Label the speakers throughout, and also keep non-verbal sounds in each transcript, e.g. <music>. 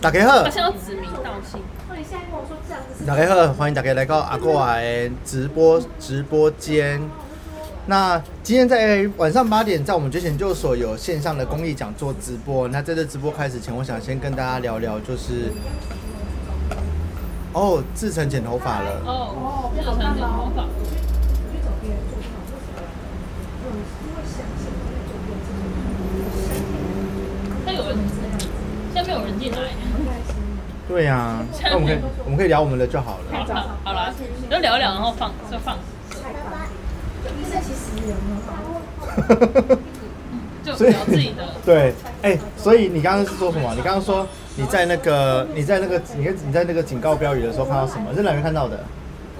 Speaker 1: 大家好
Speaker 2: 好，像要指名道姓。
Speaker 3: 那你现在跟我说这样子是
Speaker 1: 大家好，欢迎大家来到阿哥的直播直播间。那今天在晚上八点，在我们觉醒研究所有线上的公益讲座直播。那在这直播开始前，我想先跟大家聊聊，就是哦，志成剪头发了。
Speaker 2: 哦，日常剪头发。但有人，现在没有人进来。
Speaker 1: 对呀、啊，那我们可以我们可以聊我们的就好
Speaker 2: <laughs>
Speaker 1: 了。
Speaker 2: 好了，好了，你就聊一聊，然后放就放，就聊自己的。
Speaker 1: 对，哎、所以你刚刚是说什么？你刚刚说你在那个你在那个你你在那个警告标语的时候看到什么？是哪个看到的？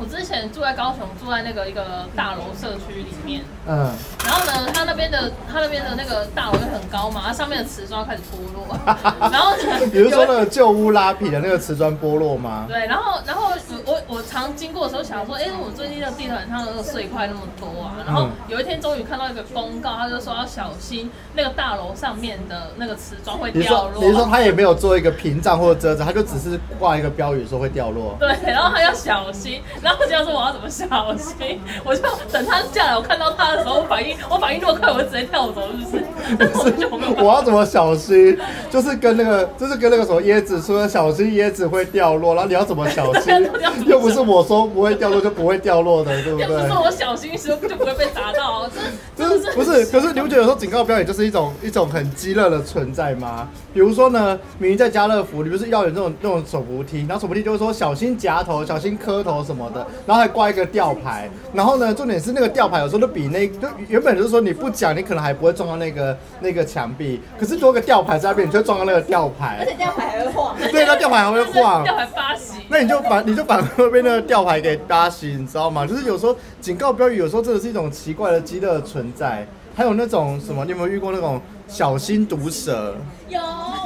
Speaker 2: 我之前住在高雄，住在那个一个大楼社区里面，
Speaker 1: 嗯，
Speaker 2: 然后呢，它那边的它那边的那个大楼就很高嘛，它上面的瓷砖开始脱 <laughs> 落，然后呢
Speaker 1: <laughs> 比如说那个旧屋拉皮的那个瓷砖剥落吗？
Speaker 2: 对，然后然后我我我常经过的时候想说，哎、我最近的地毯上的那个碎块那么多啊，然后
Speaker 1: 嗯
Speaker 2: 有一天终于看到一个公告，他就说要小心那个大楼上面的那个瓷砖会
Speaker 1: 你
Speaker 2: 掉
Speaker 1: 说
Speaker 2: 落。
Speaker 1: 你 <laughs> 说他也没有做一个屏障或者遮着，他就只是挂一个标语说会掉落。
Speaker 2: 对，然后他要小心，然后我就要说我要怎么小心，我就等他下来，我看到他的时候，我反应我反应那么快，我就直接跳走，是
Speaker 1: <laughs>
Speaker 2: 不是？但 <laughs> 是我就没有
Speaker 1: 我要怎么小心？就是跟那个，就是跟那个什么椰子说小心椰子会掉落，然后你要怎么小
Speaker 2: <laughs>
Speaker 1: 心
Speaker 2: 对要怎么小？心
Speaker 1: 又不是我说不会掉落就不会掉落的，对不
Speaker 2: 要不
Speaker 1: 对
Speaker 2: 是？我小心时候就不会被砸到，啊这
Speaker 1: 就是 <laughs> 不
Speaker 2: <laughs>
Speaker 1: 是？可是你不觉得有时候警告标语就是一种一种很激烈的存在吗？比如说呢，明明在家乐福，你不是要有那种那种手扶梯，然后手扶梯就会说小心夹头、小心磕头什么的，然后还挂一个吊牌。然后呢，重点是那个吊牌有时候就比那就原本就是说你不讲，你可能还不会撞到那个那个墙壁，可是如果有个吊牌在那边，你就会撞到那个吊牌
Speaker 3: 而。且这样牌还会晃，
Speaker 1: 对，那吊牌还会晃
Speaker 2: <laughs> 要。还发喜。
Speaker 1: 那你就反你就反而会被那个吊牌给搭死，你知道吗？就是有时候警告标语，有时候真的是一种奇怪的饥饿的存在。还有那种什么，你有没有遇过那种小心毒蛇？
Speaker 3: 有，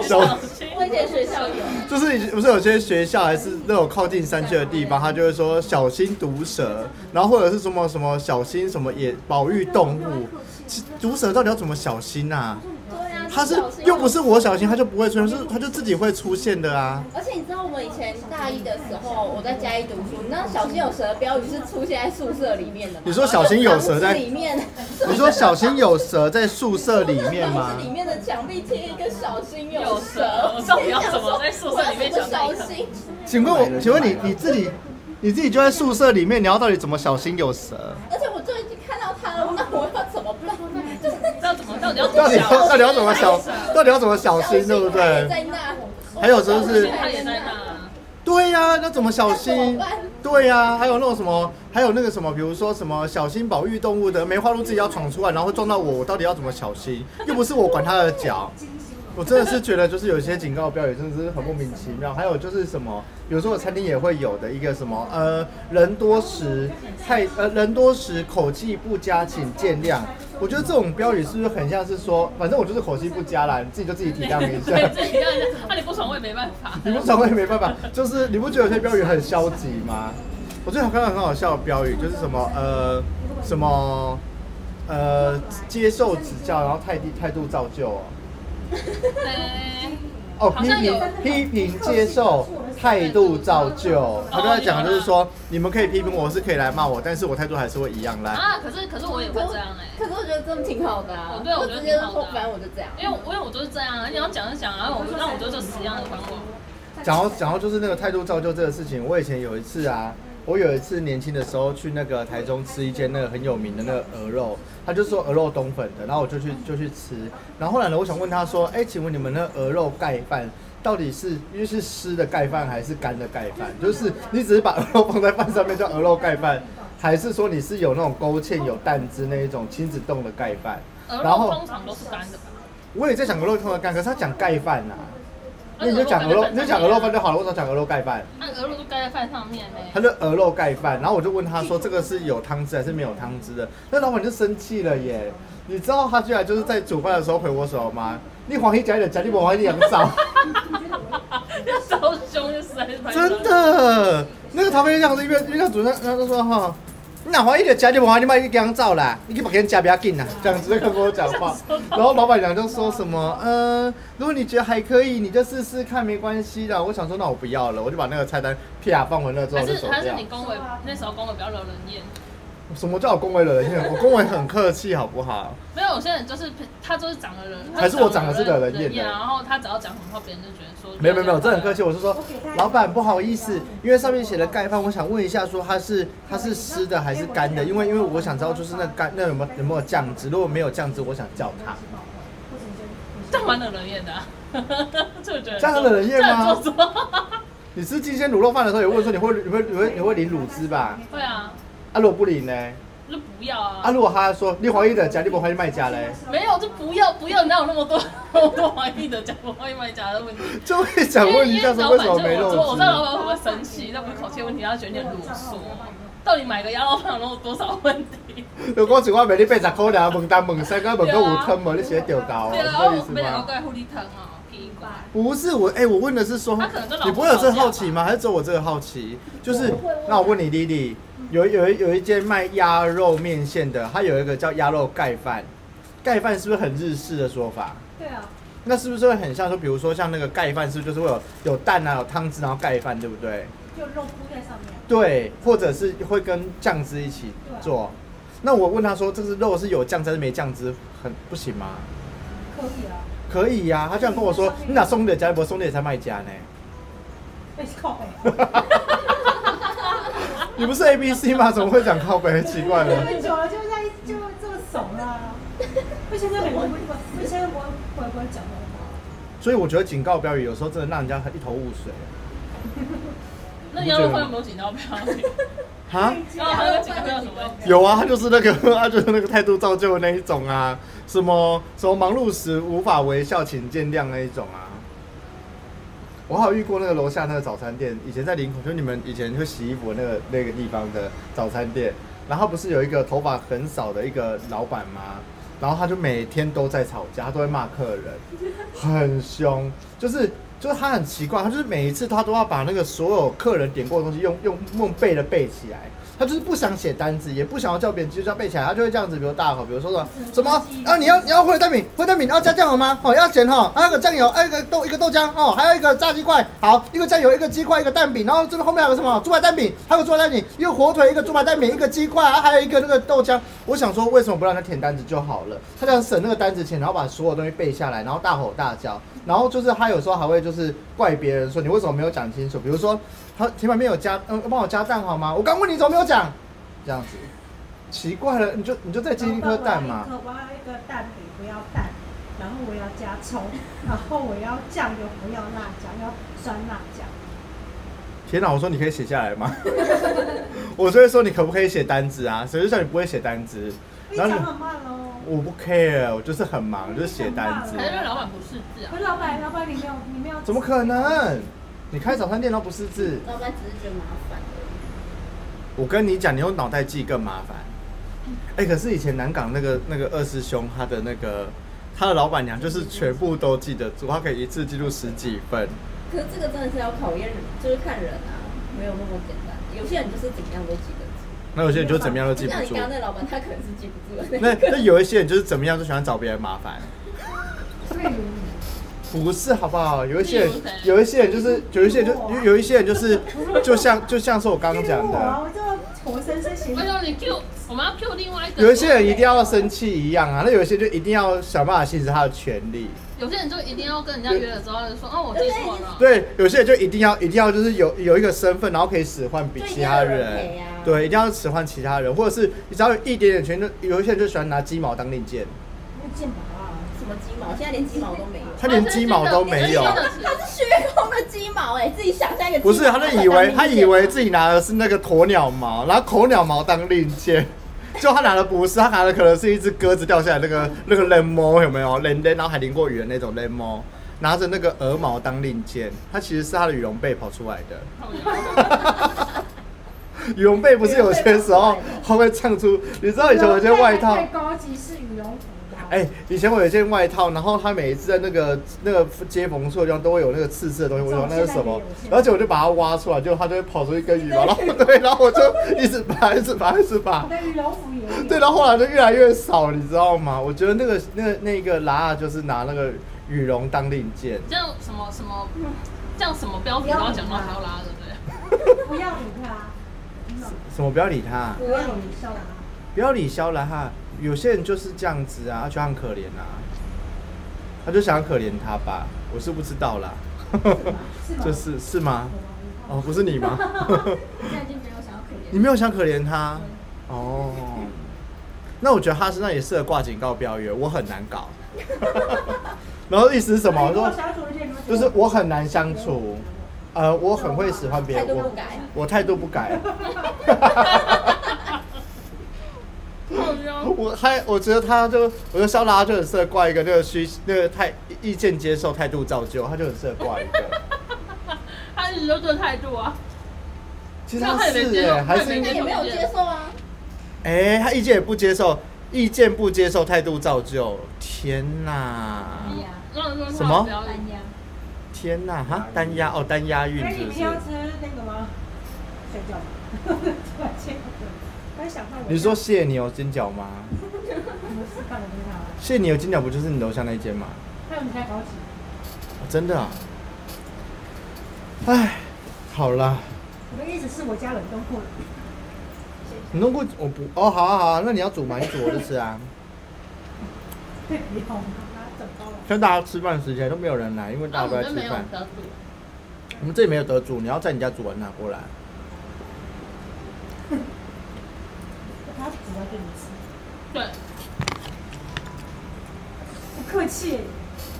Speaker 1: 小
Speaker 2: 心
Speaker 3: 我以前学校有，
Speaker 1: 就是不是有些学校还是那种靠近山区的地方，他就会说小心毒蛇，然后或者是什么什么小心什么野保育动物。其毒蛇到底要怎么小心啊？
Speaker 3: 对啊，
Speaker 1: 它是又不是我小心，它就不会出现，是它就自己会出现的啊。
Speaker 3: 而且你知道我以前大一的时候，我在嘉义读书，你知道小心有蛇的标语是出现在宿舍里面的吗？
Speaker 1: 你说小心有蛇在
Speaker 3: 然后就房子里面，
Speaker 1: 你说小心有蛇在宿舍里面
Speaker 3: 我就房
Speaker 1: 吗
Speaker 3: 子？里面的墙壁贴一个小心有蛇，
Speaker 2: 有蛇我到底要怎么在宿舍里面
Speaker 3: 我要
Speaker 2: 讲那
Speaker 3: 怎么
Speaker 2: 一
Speaker 3: 小
Speaker 2: 刻
Speaker 3: 心？
Speaker 1: 请问我，请问你你自己，你自己就在宿舍里面，你要到底怎么小心有蛇？
Speaker 3: 而且我就已经看到它了，那我要怎么办？就是
Speaker 2: 要怎么到底要怎
Speaker 1: 到
Speaker 2: 么
Speaker 1: 底
Speaker 2: 小
Speaker 1: 要到底要怎么小，到底要怎么小心，对不
Speaker 3: 它也
Speaker 1: 对？
Speaker 3: 在那，
Speaker 1: 还有就是
Speaker 2: 他也在那，
Speaker 1: 对呀、那怎么小心
Speaker 3: 那怎么办？
Speaker 1: 对呀、还有那种什么，还有那个什么，比如说什么小心保育动物的梅花鹿自己要闯出来，然后会撞到我，我到底要怎么小心？又不是我管它的脚。
Speaker 3: <laughs>
Speaker 1: 我真的是觉得，就是有些警告标语真的是很莫名其妙。还有就是什么，有时候餐厅也会有的一个什么，呃，人多时太呃人多时口气不佳，请见谅。我觉得这种标语是不是很像是说，反正我就是口气不佳啦，你自己就自己体谅一
Speaker 3: <laughs>
Speaker 1: 下。
Speaker 2: 对，自己要那你不爽我也没办法。
Speaker 1: 你不爽我也没办法，就是你不觉得有些标语很消极吗？我最近看到很好笑的标语，就是什么呃什么呃接受指教，然后态度态度造就哦，
Speaker 2: 对，
Speaker 1: 哦
Speaker 2: 好
Speaker 1: 批
Speaker 2: 像有
Speaker 1: 评批评接受态度造就，他就在讲就是说你们可以批评我是可以来骂我，但是我态度还是会一样烂。
Speaker 2: 啊，可是可是我也会这样哎、
Speaker 3: 可是我觉得真的挺好的啊
Speaker 2: 哦，对我觉得
Speaker 3: 就直接
Speaker 2: 挺好的
Speaker 3: 说
Speaker 2: 啊，
Speaker 3: 反正我就这样。
Speaker 2: 因为我因为我就是这样，你要讲就讲，然后我那我就就死样的管我。
Speaker 1: <laughs> 讲到讲到就是那个态度造就这个事情，我以前有一次啊，我有一次年轻的时候去那个台中吃一间那个很有名的那个鹅肉，他就说鹅肉冬粉的，然后我就去就去吃，然后后来呢，我想问他说，哎、请问你们那鹅肉盖饭到底是因为是湿的盖饭还是干的盖饭？就是你只是把鹅 <laughs> 肉放在饭上面叫鹅肉盖饭，还是说你是有那种勾芡有蛋汁那一种亲子冻的盖饭？
Speaker 2: 鹅
Speaker 1: 然
Speaker 2: 肉
Speaker 1: 后
Speaker 2: 通常都是干的吧？
Speaker 1: 我也在想鹅肉汤的干，可是他讲盖饭呐、那你就讲鹅肉，你就讲鹅肉饭就好了，我想讲鹅肉盖饭。
Speaker 2: 那鹅肉就盖在饭上面呢、
Speaker 1: 他就鹅肉盖饭，然后我就问他说这个是有汤汁还是没有汤汁的，那老板就生气了耶，你知道他居然就是在煮饭的时候回我手吗？你黄一夹的夹你黄一两 <laughs> 勺，
Speaker 2: 要烧凶就死在饭上。
Speaker 1: 真。的，那个咖啡酱是因为因为他煮那，然后他说哈，你哪怀疑的夹就不怀疑，你卖一张照啦，你去把别人夹不要紧啦，这样子在跟我讲话。然后老板娘就说什么，嗯，如果你觉得还可以，你就试试看，没关系的。我想说，那我不要了，我就把那个菜单啪放回那之后
Speaker 2: 还
Speaker 1: 我就是走
Speaker 2: 还是
Speaker 1: 掉
Speaker 2: 你。恭维那时候恭维比较惹人厌，
Speaker 1: 什么叫我恭维惹人厌？我恭维很客气，好不好？
Speaker 2: 没有，有些人就是他就是长得人，
Speaker 1: 还是我长得是惹人厌的
Speaker 2: 厌，然后他只要讲什么话，别人就觉得说
Speaker 1: 没有没有没有，这很客气。。我是说，老板不好意思，因为上面写的盖饭，我想问一下，说它是它是湿的还是干的？因为因为我想知道，就是那干那有没有有没有酱汁？如果没有酱汁，我想叫它。
Speaker 2: 但蛮惹人厌的、啊， <laughs> 就觉得
Speaker 1: 这样很惹人厌吗
Speaker 2: 这样做作
Speaker 1: 你吃金鲜卤肉饭的时候，有问说你会你会你会你会淋卤汁吧？
Speaker 2: 会啊，
Speaker 1: 啊，如果不淋呢？
Speaker 2: 就不要啊。
Speaker 1: 啊，如果他说你怀疑的假，你不怀疑卖家嘞，
Speaker 2: 没有，就不要不要，哪有那么多 <laughs> 那么多怀疑的讲不怀疑卖家的
Speaker 1: <laughs>
Speaker 2: 问题？
Speaker 1: 就会想问一下
Speaker 2: 因
Speaker 1: 说
Speaker 2: 为
Speaker 1: 为
Speaker 2: 老
Speaker 1: 什么
Speaker 2: 板就
Speaker 1: 没
Speaker 2: 我
Speaker 1: 肉
Speaker 2: 做，我知
Speaker 1: 汁？
Speaker 2: 道老板会不会生气，那不是口气的问题，他觉得你很啰嗦。到底买个鸭肉饭有那么多少问题？
Speaker 1: 如果一碗面你八十块俩，问东问西，跟问个有坑无，你写掉到哦是
Speaker 2: 对啊，然
Speaker 1: 这
Speaker 2: 后
Speaker 1: 意
Speaker 2: 我
Speaker 1: 思
Speaker 2: 被两个
Speaker 1: 吗？
Speaker 2: 怪狐狸疼哦，奇怪。
Speaker 1: 不是我，哎、我问的是说
Speaker 2: 他可能跟，老
Speaker 1: 你不
Speaker 2: 婆
Speaker 1: 会有这个好奇吗？还是只有我这个好奇？就是，那我问你丽丽，有有一有一间卖鸭肉面线的，它有一个叫鸭肉盖饭，盖饭是不是很日式的说法？
Speaker 4: 对啊，
Speaker 1: 那是不是会很像说，比如说像那个盖饭，是不是就是会有有蛋啊，有汤汁，然后盖饭，对不对？
Speaker 4: 就肉铺在上面。
Speaker 1: 对，或者是会跟酱汁一起做。那我问他说，这是肉是有酱汁还是没酱汁，很不行吗？
Speaker 4: 可以啊。
Speaker 1: 可以呀、他居然跟我说，你哪松的加不松的才卖家呢？
Speaker 4: 被靠背。
Speaker 1: <laughs> 你不是 A B C 吗？怎么会讲靠北？奇怪了。
Speaker 4: 很久了，就在就这么怂啦。为现在我我我现在我我我讲的话，
Speaker 1: 所以我觉得警告标语有时候真的让人家很一头雾水。
Speaker 2: 那鸭肉饭有没有警告标语？
Speaker 1: 哈，
Speaker 2: 然后还有警告标语什么问题？
Speaker 1: <laughs> 有啊，他就是那个， <laughs> 他就是那个态度造就的那一种啊，什么什么忙碌时无法微笑，请见谅那一种啊。我好遇过那个楼下那个早餐店，以前在林口，就你们以前会洗衣服的那个那个地方的早餐店，然后不是有一个头发很少的一个老板吗？然后他就每天都在吵架，他都会骂客人，很凶，就是就是他很奇怪，他就是每一次他都要把那个所有客人点过的东西用用用背的背起来，他就是不想写单子，也不想要叫别人记住要背起来，他就会这样子，比如大吼，比如说什么什么啊你要你要回蛋饼，回蛋饼，然后加酱油吗？哦要咸哈，还有个酱油，还有一个豆一个豆浆哦，还有一个炸鸡块，好一个酱油一个鸡块一个蛋饼，然后这边后面还有个什么猪排蛋饼，还有个猪排蛋饼，一个火腿一个猪排蛋饼一个鸡块，还有一个那个豆浆。我想说为什么不让他填单子就好了？他想省那个单子钱，然后把所有东西背下来，然后大吼大叫，然后就是他有时候还会就是怪别人说你为什么没有讲清楚，比如说他前面没有加，嗯帮我加蛋好吗？我刚问你怎么没有讲，这样子。奇怪了，你就你就再煎一颗蛋
Speaker 4: <laughs>
Speaker 1: 嘛。
Speaker 4: 我要一个蛋饼，不要蛋，然后我要加葱，然后我要酱油，不要辣椒，要酸辣酱。
Speaker 1: 天哪！我说你可以写下来吗？ <laughs> 我就会说你可不可以写单子啊？谁就叫你不会写单子？
Speaker 4: 你
Speaker 1: 然后
Speaker 4: 讲
Speaker 1: 你
Speaker 4: 很慢哦。
Speaker 1: 我不 care，我就是很忙，我就是写单子
Speaker 2: 还。是因为老板不识字啊
Speaker 4: 可？是老板，老板你没有你没有。
Speaker 1: 怎么可？能？你开早餐店都不识字？
Speaker 3: 老板只是觉得麻烦而
Speaker 1: 我跟你讲，你用脑袋记更麻烦。哎、可是以前南港那个那个二师兄，他的那个他的老板娘就是全部都记得住，他可以一次记住十几份。
Speaker 3: 已。可是这个真的是要考验人，就是看人啊，没有那么简单。有些人就是怎么样都记得住，
Speaker 1: 那有些人就怎么样都记
Speaker 3: 就像
Speaker 1: 不
Speaker 3: 你
Speaker 1: 住
Speaker 3: 刚。刚那老板，他可能是记不住的那
Speaker 1: 那
Speaker 3: 一
Speaker 1: 那
Speaker 3: 个。
Speaker 1: 有一些人就是怎么样都喜欢找别人麻烦。
Speaker 4: 所以你
Speaker 1: 不是，好不好？有一些人
Speaker 2: 例如谁，
Speaker 1: 有一些人就是，有一些人就，有有一些人就是，就像就像是我刚刚讲
Speaker 4: 我啊，
Speaker 1: 的，
Speaker 4: 我这个活生生写。
Speaker 2: 为什么啊你 Q 我们要 Q 另外一个？
Speaker 1: 有一些人一定要生气一样啊，那有一些就一定要想办法行使他的权利。
Speaker 2: 有些人就一定要跟人家约了之后就说哦，我记错了。
Speaker 1: 对，有些人就一定要一定要就是有有一个身份，然后可以使唤比
Speaker 3: 就一
Speaker 1: 其
Speaker 3: 定
Speaker 1: 他
Speaker 3: 要有人
Speaker 1: 人
Speaker 3: 陪啊，
Speaker 1: 对，一定要使唤其他人，或者是你只要有一点点权，就有一些人就喜欢拿鸡毛当令箭，
Speaker 4: 那剑毛啊，
Speaker 3: 什么鸡毛？现在连鸡毛都 <laughs> 没有。
Speaker 1: 他连鸡毛都没有
Speaker 2: 真。的
Speaker 3: 它是虚空的鸡毛哎、自己想象一个鸡毛。
Speaker 1: 不是，他就以
Speaker 3: 啊
Speaker 1: 为他以为自己拿的是那个鸵鸟毛，拿鸵鸟毛当令箭， <laughs> 就他拿的不是，他拿的可能是一只鸽子掉下来那个那个人猫有没有？人人然后还淋过雨的那种人猫，拿着那个鹅毛当令箭，它其实是他的羽绒被跑出来的。 <laughs> 羽绒被不是有些时候它会唱出，你知道以前有些外套，
Speaker 4: 太高级是羽绒服吧？啊
Speaker 1: 哎、以前我有一件外套，然后它每一次在那个那个接缝处的地方都会有那个刺刺的东西，我就说那是什么？而且我就把它挖出来，结果它就会跑出一根羽毛，然 <laughs> 后对，然后我就一直拔，一直拔，一直拔
Speaker 4: 我。的羽绒服也有。
Speaker 1: 对，然后后来就越来越少，你知道吗？我觉得那个那个那个拉拉就是拿那个羽绒当令箭，
Speaker 2: 这样什么什么，这样什么标题都要讲到还要拉，对不对？
Speaker 4: 不要理他，
Speaker 1: 什么不要理他，
Speaker 4: 不要理笑他。
Speaker 1: 不要理肖拉哈。有些人就是这样子啊，他就很可怜啊，他就想可怜他吧，我是不知道啦，
Speaker 4: 是吗
Speaker 1: 就是是吗？哦，不是你
Speaker 5: <laughs>
Speaker 1: 吗？
Speaker 5: 现在已经没有想要可
Speaker 1: 你
Speaker 5: 怜。
Speaker 1: 没有想可怜他哦。那我觉得哈斯那也适合挂警告标语，我很难搞。然后意思是什么？我说就是我很难相处，呃，我很会使唤别人，
Speaker 3: 态度
Speaker 1: 我
Speaker 3: 不改
Speaker 1: 我态度不改。
Speaker 5: <laughs>
Speaker 2: 好笑。
Speaker 1: 我还我觉得他就，我觉得肖拉就很适合挂一个那个虚那个态意见接受态度造就，他就很适合挂一个。
Speaker 2: 他一直都这态度啊，
Speaker 1: 其实他是哎、还是
Speaker 3: 那也没有接受啊，
Speaker 1: 哎、他意见也不接受，意见不接受态度造就，天哪！
Speaker 4: 哎
Speaker 2: 让人
Speaker 1: 什么
Speaker 5: 蓝呀，
Speaker 1: 天呐，哈，单押哦，单押韵
Speaker 4: 哎，
Speaker 1: 是
Speaker 4: 你
Speaker 1: 不
Speaker 4: 不
Speaker 1: 是？
Speaker 4: 要吃那个吗？睡觉 <laughs> 吗？突然间，突然想到我。
Speaker 1: 你说蟹牛煎饺吗？
Speaker 4: 不是看的很好啊，
Speaker 1: 蟹牛煎饺不就是你楼下那一间吗？
Speaker 4: 他们才高级。
Speaker 1: 哦真的啊！哎，好啦，
Speaker 4: 我的意思是我家冷冻库了，
Speaker 1: 你弄过我不哦，好啊好啊，那你要煮嘛，你煮我就吃啊。
Speaker 4: 对，不用，把它整包了。
Speaker 1: 像大家吃饭时间都没有人来，因为大
Speaker 2: 啊，
Speaker 1: 家都
Speaker 2: 我
Speaker 1: 在
Speaker 2: 们
Speaker 1: 吃
Speaker 2: 没有
Speaker 1: 饭。
Speaker 2: 得主，
Speaker 1: 我们这里没有得煮，你要在你家煮完拿过来。啊
Speaker 4: 他煮要给你吃，
Speaker 2: 对，
Speaker 4: 不客气。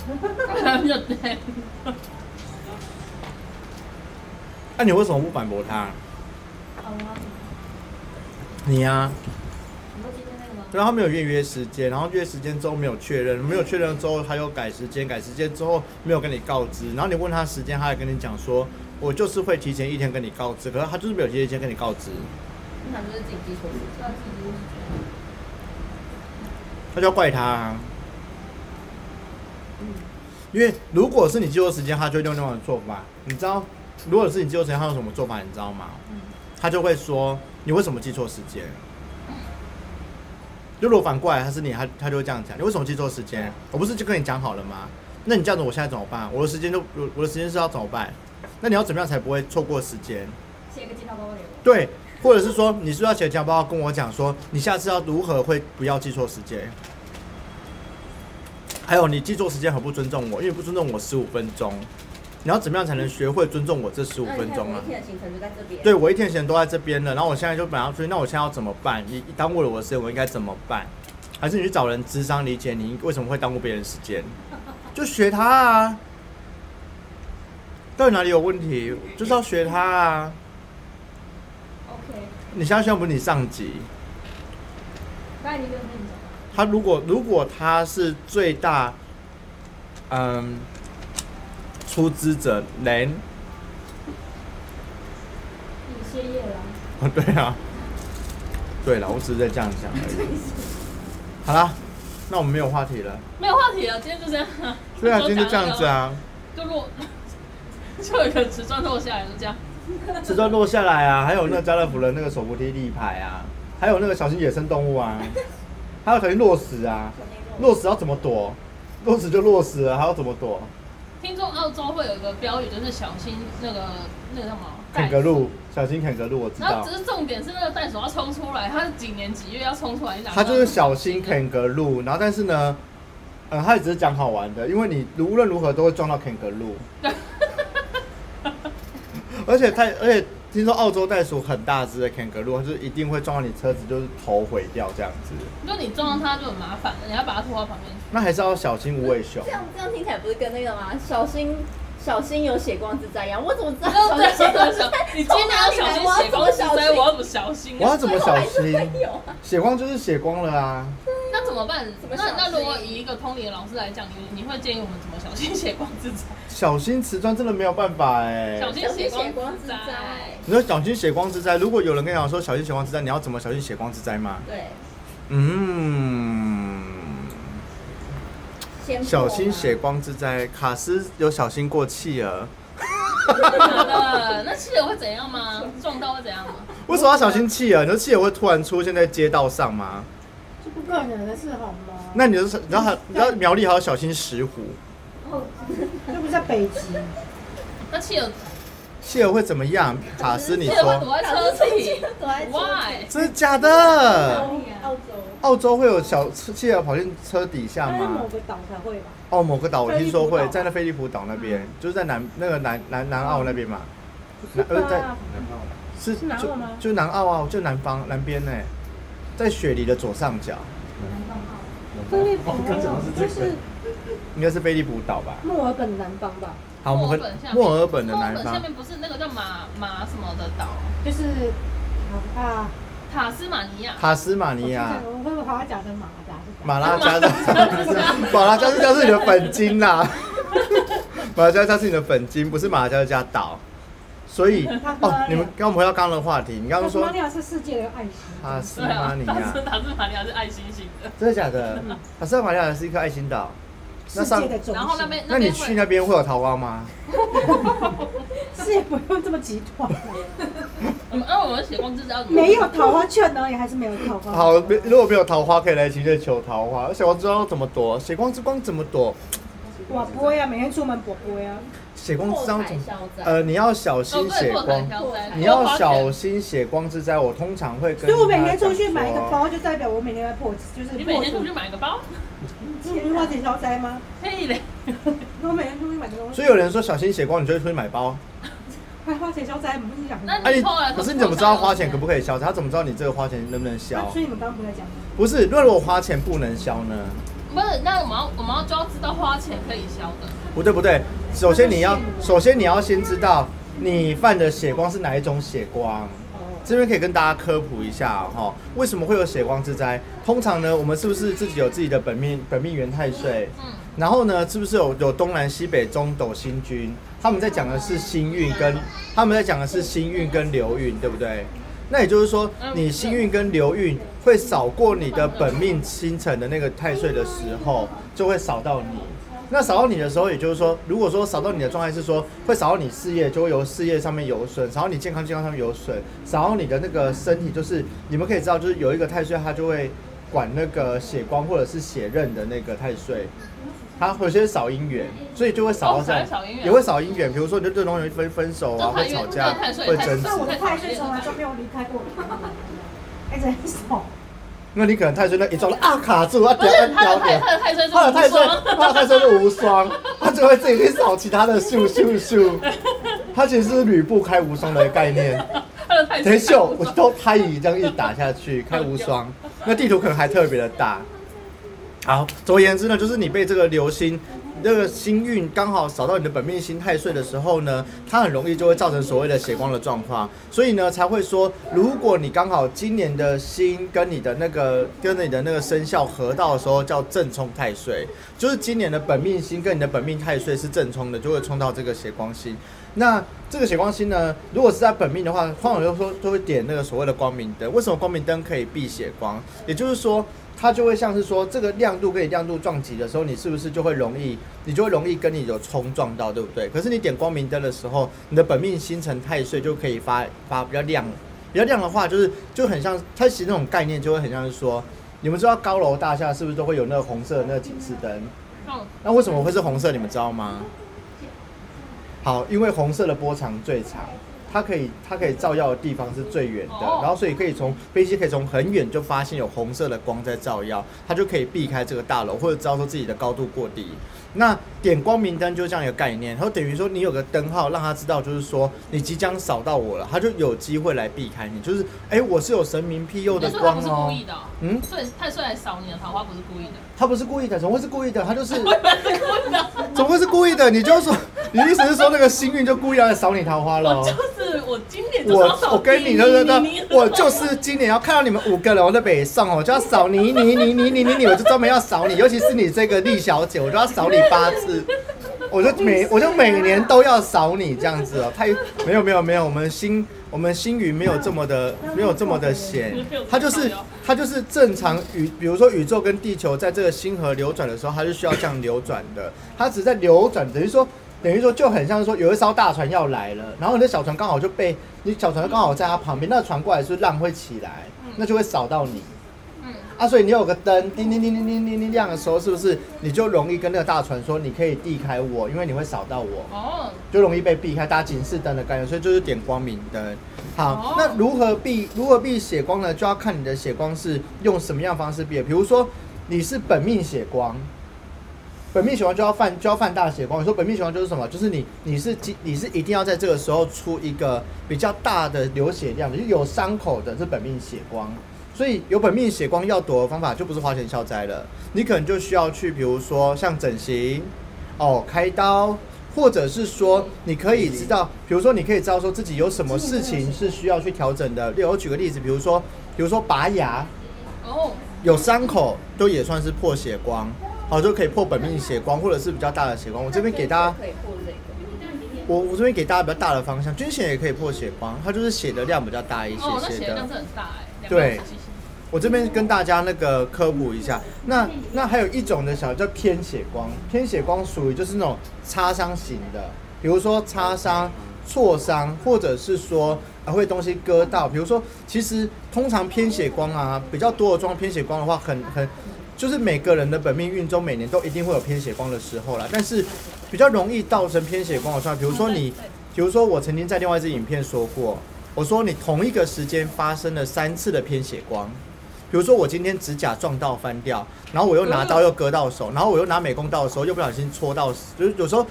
Speaker 4: <laughs>
Speaker 2: 就对。
Speaker 1: 那、你为什么不反驳他？
Speaker 2: 哦
Speaker 5: 好啊，
Speaker 1: 你呀、啊，
Speaker 5: 你说今天那个吗？
Speaker 1: 然后他没有预约时间，然后约时间之后没有确认，没有确认之后他又改时间，改时间之后没有跟你告知，然后你问他时间，他还跟你讲说，我就是会提前一天跟你告知，可是他就是没有提前一天跟你告知，
Speaker 3: 那就是自己记错时间。
Speaker 5: 知道自己
Speaker 1: 那就要怪他、啊。因为如果是你记错时间，他就会用另外的做法，你知道，如果是你记错时间，他用什么做法，你知道吗？他就会说你为什么记错时间？就如果反过来他是你，他他就会这样讲，你为什么记错时间？我不是就跟你讲好了吗？那你这样子，我现在怎么办？我的时间就我我的时间是要怎么办？那你要怎么样才不会错过时间？
Speaker 5: 写个金条包包给我。
Speaker 1: 对，或者是说你是不是要写讲报告跟我讲说，你下次要如何会不要记错时间？还有你记错时间很不尊重我，因为不尊重我十五分钟，你要怎么样才能学会尊重我这十五
Speaker 3: 那你
Speaker 1: 分
Speaker 3: 看
Speaker 1: 钟
Speaker 3: 我
Speaker 1: 啊
Speaker 3: 一？天的行程就在这边。
Speaker 1: 对，我一天前都在这边了，然后我现在就马上出去，那我现在要怎么办？你你耽误了我的时间，我应该怎么办？还是你去找人智商理解你为什么会耽误别人时间？就学他啊，到底哪里有问题？就是要学他啊。
Speaker 5: OK，
Speaker 1: 你相信不？你上级，
Speaker 5: 那你跟我跟你讲，
Speaker 1: 他如果如果他是最大，嗯，出资者人，
Speaker 5: 你歇业了，
Speaker 1: 哦，对啊，对了，我只是在这样讲
Speaker 5: <laughs>
Speaker 1: 而已。好啦，那我们没有话题了。
Speaker 2: 没有话题了，今天就这样啊。
Speaker 1: 对啊，今天就这样子啊，
Speaker 2: 就落，就有一个瓷砖落下来，就这样。
Speaker 1: 瓷砖落下来啊，还有那个家乐福的那个手扶梯立牌啊，还有那个小心野生动
Speaker 5: <laughs>
Speaker 1: 物啊，还有小心落石啊，落石要怎么躲？落石就落石了，还要怎么躲？
Speaker 2: 听说澳洲会有一个标语，就是小心那个那个叫什么
Speaker 1: 啃个路，小心啃个路，我知
Speaker 2: 然
Speaker 1: 道
Speaker 2: 后只。是重点是那个袋鼠要冲出来，它是几年几月要冲出来？你哪知道
Speaker 1: 他就是小心啃个路，然后但是呢，嗯，他也只是讲好玩的，因为你无论如何都会撞到啃个路。
Speaker 2: <laughs>
Speaker 1: 而且他，而且听说澳洲袋鼠很大只的啃个路，它就是一定会撞到你车子，就是头毁掉这样子。
Speaker 2: 就你撞到它就很麻烦，你要把它拖到旁边去。
Speaker 1: 那还是要小心无尾熊
Speaker 3: 这。样这样听起来不是跟那个吗？小心小心有血光之灾一样。我怎么知道
Speaker 2: 哦
Speaker 3: 小心血光之
Speaker 2: 小
Speaker 3: 灾？
Speaker 2: <laughs> 你今天要小心血光之灾，我要怎么小心
Speaker 1: 我要
Speaker 2: 啊？
Speaker 1: 怎么小
Speaker 3: 最后还是
Speaker 1: 心
Speaker 3: 会？有啊。
Speaker 1: 血光就是血光了啊！
Speaker 2: 那怎么办？
Speaker 3: 么小
Speaker 2: 那
Speaker 3: 心
Speaker 2: 那如果以一个通灵的老师来讲，你你会建议我们怎么小心血光之
Speaker 1: <laughs>
Speaker 2: 灾？
Speaker 1: 小心瓷砖真的没有办法哎、
Speaker 2: 小心
Speaker 3: 小心
Speaker 2: 血
Speaker 3: 血
Speaker 2: 光
Speaker 3: 光
Speaker 2: 之
Speaker 3: 之
Speaker 2: 灾
Speaker 3: 灾。
Speaker 1: 你说小心血光之灾，如果有人跟你讲说小心血光之灾，你要怎么小心血光之灾吗？
Speaker 3: 对，
Speaker 1: 嗯，
Speaker 3: 先破
Speaker 1: 小心
Speaker 3: 吗
Speaker 1: 血光之灾，卡斯有小心过气儿。
Speaker 2: 真的，那气友会怎样吗？撞到会怎样吗？
Speaker 1: 为什么要小心气儿？你说气儿会突然出现在街道上吗？
Speaker 4: 这不可能的事好吗？
Speaker 1: 那你就是，你知道还，你知道苗栗还要小心石虎，
Speaker 5: 哦，
Speaker 4: 又不是在北极，
Speaker 2: 那气友
Speaker 1: 气儿会怎么样？卡斯，你
Speaker 2: 气友会
Speaker 1: 说
Speaker 2: 躲在车子
Speaker 3: <laughs>
Speaker 2: 里
Speaker 3: 躲在车
Speaker 2: ，why？
Speaker 1: 真的假的？
Speaker 3: 澳洲，
Speaker 1: 澳洲会有小企鹅跑进车底下
Speaker 4: 它是某
Speaker 1: 吗？
Speaker 4: 个岛才会吧？
Speaker 1: 哦，某个岛我听说
Speaker 4: 菲利普
Speaker 1: 会
Speaker 4: 岛嗯
Speaker 1: 在那菲利普岛那边，就是在南那个南南南澳那边嘛。南
Speaker 4: 不是吧
Speaker 1: 在是
Speaker 4: 是南澳吗
Speaker 1: 就就南澳啊，就南方南边呢，在雪梨的左上角，
Speaker 4: 菲律宾
Speaker 6: 哦刚讲的是
Speaker 4: 就
Speaker 6: 这
Speaker 4: 是
Speaker 6: 个。
Speaker 1: 应该是菲利普岛吧？
Speaker 4: 墨尔本南方吧，
Speaker 1: 好，我们
Speaker 2: 墨尔本下
Speaker 1: 回
Speaker 2: 面
Speaker 1: 墨尔本的
Speaker 2: 墨尔
Speaker 1: 南
Speaker 2: 本下
Speaker 1: 方，
Speaker 2: 面不是那个叫马马什么的岛，
Speaker 4: 就是啊啊，
Speaker 2: 塔斯马尼亚。
Speaker 1: 塔斯马
Speaker 4: 我
Speaker 1: 尼亚。
Speaker 4: 我会不会好好讲的马达是吧？
Speaker 1: 马拉加
Speaker 2: <laughs>
Speaker 1: 是，马拉加是加是你的本金啦， <laughs> 马拉加加是你的本金，不是马拉加加岛。所
Speaker 2: <laughs>
Speaker 1: 以哦，你们刚我们回到刚刚的话题，你刚刚说
Speaker 4: 马里亚是世界的爱心，
Speaker 1: 塔斯
Speaker 2: 对
Speaker 1: 马
Speaker 2: 啊
Speaker 1: 尼，
Speaker 2: 塔
Speaker 1: 亚
Speaker 2: 斯，塔斯马尼亚是爱心型的，
Speaker 1: 真的假
Speaker 2: <laughs>
Speaker 1: 的？塔斯马尼亚是一颗爱心岛，那
Speaker 4: 世
Speaker 1: 上
Speaker 4: 界的中心。
Speaker 2: 然后那边
Speaker 1: 那你
Speaker 2: 边
Speaker 1: 去
Speaker 2: 会呃
Speaker 1: 那边会有桃花吗？
Speaker 4: 是也不用这么极端啊，
Speaker 2: 我
Speaker 1: 嗯
Speaker 2: 们，因呃为我们血光之灾要怎么哦
Speaker 4: 没有桃花券呢，也还是没有桃花。
Speaker 1: 好，没如果没有桃花，可以来情界求桃花。而且我知道怎么躲，血光之光怎么躲，
Speaker 4: 我不会啊，每天出门我不会啊。
Speaker 1: 血光之
Speaker 3: 破
Speaker 1: 光
Speaker 3: 财
Speaker 1: 怎么？
Speaker 3: 消灾。
Speaker 1: 呃，你要小
Speaker 2: 哦
Speaker 1: 心
Speaker 2: 对，
Speaker 1: 血
Speaker 2: 破
Speaker 1: 光
Speaker 2: 产，消灾，
Speaker 1: 你要
Speaker 2: 多花
Speaker 1: 小
Speaker 2: 钱。
Speaker 1: 心血光之灾。我通常会跟
Speaker 4: 所以我每天出去
Speaker 1: 他
Speaker 4: 买一个
Speaker 1: 讲说
Speaker 4: 包，就代表我每天在破，就是
Speaker 2: 你每
Speaker 4: 破
Speaker 2: 天出去买个包， <laughs>
Speaker 4: 除你花钱消灾吗？
Speaker 2: 可以嘞。
Speaker 4: 那我每天出去买个东西，
Speaker 1: 所以有人说小心血光，你就会出去买包。
Speaker 4: 还花钱消灾，你不是讲
Speaker 2: 那
Speaker 1: 哎、
Speaker 2: 你后
Speaker 4: 啊
Speaker 2: 来
Speaker 1: 可是你怎么知道花钱可不可以消？他怎么知道你这个花钱能不能消
Speaker 4: 那？啊所以你们刚刚不在讲吗？
Speaker 1: 不是，那如果花钱不能消呢？
Speaker 2: 不是，那我们要我们要就要知道花钱可以消的。
Speaker 1: 不对不对，首先你要首先你要先知道你犯的血光是哪一种血光。
Speaker 4: 哦
Speaker 1: 这边可以跟大家科普一下哈、哦，为什么会有血光之灾？通常呢，我们是不是自己有自己的本命本命元太岁？
Speaker 2: 嗯，
Speaker 1: 然后呢，是不是有有东南西北中斗星君？他们在讲的是星运跟他们在讲的是星运跟流运，对不对？那也就是说，你星运跟流运会少过你的本命星辰的那个太岁的时候，就会少到你。那少到你的时候，也就是说，如果说少到你的状态是说会少到你事业，就会由事业上面有损；少到你健康，健康上面有损；少到你的那个身体，就是你们可以知道，就是有一个太岁，它就会管那个血光或者是血刃的那个太岁，它有些少姻缘，所以就会少到这样
Speaker 2: 哦少姻，缘
Speaker 1: 也会少姻缘。比如说，你就对容易分分手啊，
Speaker 2: 就太
Speaker 1: 会
Speaker 2: 冤
Speaker 1: 吵架，
Speaker 2: 太岁
Speaker 1: 会
Speaker 2: 太
Speaker 1: 争执
Speaker 4: 那。我的太岁从来就没有离开过，哎，真少。
Speaker 1: 那你可能太岁那一撞到啊卡住啊，
Speaker 2: 不
Speaker 1: 屌
Speaker 2: 是
Speaker 1: 啊
Speaker 2: 他的
Speaker 1: 屌
Speaker 2: 太
Speaker 1: 屌
Speaker 2: 他。的太岁是
Speaker 1: 他的太岁，
Speaker 2: 无
Speaker 1: 他的太岁是无双，他就会自己去扫其他的秀秀秀。他其实是吕布开无双的概念，
Speaker 2: 双，他的
Speaker 1: <laughs>
Speaker 2: 太
Speaker 1: 等
Speaker 2: 岁
Speaker 1: 一
Speaker 2: 是
Speaker 1: 下
Speaker 2: 无
Speaker 1: 我
Speaker 2: 双
Speaker 1: 都太乙这样一打下去，开无双，那地图可能还特别的大。好，总而言之呢，就是你被这个流星。那个星运刚好扫到你的本命星太岁的时候呢，它很容易就会造成所谓的血光的状况，所以呢才会说，如果你刚好今年的星跟你的那个跟你的那个生肖合到的时候，叫正冲太岁，就是今年的本命星跟你的本命太岁是正冲的，就会冲到这个血光星。那这个血光星呢，如果是在本命的话，黄友就说就会点那个所谓的光明灯。为什么光明灯可以避血光？也就是说，它就会像是说这个亮度跟你亮度撞击的时候，你是不是就会容易，你就会容易跟你有冲撞到，对不对？可是你点光明灯的时候，你的本命星辰太岁就可以发发比较亮，比较亮的话就是就很像它其实那种概念就会很像是说，你们知道高楼大厦是不是都会有那个红色的那个警示灯？
Speaker 2: 嗯
Speaker 1: 那为什么会是红色？你们知道吗？好，因为红色的波长最长，它可以它可以照耀的地方是最远的
Speaker 2: 哦，
Speaker 1: 然后所以可以从飞机可以从很远就发现有红色的光在照耀，它就可以避开这个大楼，或者知道说自己的高度过低。那点光明灯就这样一个概念，它等于说你有个灯号，让他知道就是说你即将扫到我了，他就有机会来避开你。就是哎、我是有神明庇佑
Speaker 2: 你
Speaker 1: 的
Speaker 2: 说他
Speaker 1: 光
Speaker 2: 不是
Speaker 1: 哦
Speaker 2: 故、意的哦，
Speaker 1: 嗯，
Speaker 2: 所以太岁来扫你的桃花不是故意的。
Speaker 1: 他不是故意的，怎么会是故意的？他就是，怎么会是故意的？你就说，你的意思是说那个星运就故意要来扫你桃花了
Speaker 2: 我
Speaker 1: 哦？
Speaker 2: 就是我今年就是要
Speaker 1: 我
Speaker 2: 扫
Speaker 1: 我跟你
Speaker 2: 地
Speaker 1: 说真的
Speaker 2: 你，
Speaker 1: 我就是今年要看到你们五个人我在北上哦，我就要扫你你你你你你你，我就专门要扫你，尤其是你这个厉小姐，我就要扫你八次，我就每我就每年都要扫你这样子哦，太 <laughs> 没有没有没有，我们星我们星云没有这么的没有这么的闲，他就是它就是正常宇，比如说宇宙跟地球在这个星河流转的时候，它是需要这样流转的。它只是在流转，等于说，等于说就很像是说有一艘大船要来了，然后你的小船刚好就被你小船刚好在它旁边，那船过来是浪会起来，那就会扫到你。
Speaker 2: 嗯
Speaker 1: 啊，所以你有个灯叮叮叮叮叮叮叮亮的时候，是不是你就容易跟那个大船说你可以避开我，因为你会扫到我。
Speaker 2: 哦，
Speaker 1: 就容易被避开，搭警示灯的概念，所以就是点光明灯。好
Speaker 2: 哦，
Speaker 1: 那如何避如何避血光呢？就要看你的血光是用什么样的方式避的。比如说你是本命血光，本命血光就要犯就要犯大血光。你说本命血光就是什么？就是你你是几你是一定要在这个时候出一个比较大的流血量的，就有伤口的是本命血光。所以有本命血光要躲的方法就不是花钱消灾了，你可能就需要去，比如说像整形，哦，开刀，或者是说你可以知道，比如说你可以知道说自己有什么事情是需要去调整的。例如我举个例子，比如说，比如说拔牙，
Speaker 2: 哦，
Speaker 1: 有伤口都也算是破血光，好就可以破本命血光，或者是比较大的血光。我这边给大家
Speaker 3: 可以破这个，
Speaker 1: 我我这边给大家比较大的方向，捐血也可以破血光，它就是血的量比较大一些
Speaker 2: 哦，那
Speaker 1: 些
Speaker 2: 血
Speaker 1: 的。
Speaker 2: 量是很大哎、两
Speaker 1: 对
Speaker 2: 277
Speaker 1: 我这边跟大家那个科普一下，那那还有一种的小叫偏血光，偏血光属于就是那种擦伤型的，比如说擦伤、挫伤，或者是说啊会东西割到，比如说其实通常偏血光啊比较多的状况，偏血光的话很很就是每个人的本命运中每年都一定会有偏血光的时候啦，但是比较容易造成偏血光的状况，比如说你比如说，我曾经在另外一支影片说过，我说你同一个时间发生了三次的偏血光。比如说我今天指甲撞到翻掉，然后我又拿刀又割到手，然后我又拿美工刀的时候又不小心戳到，就是有时候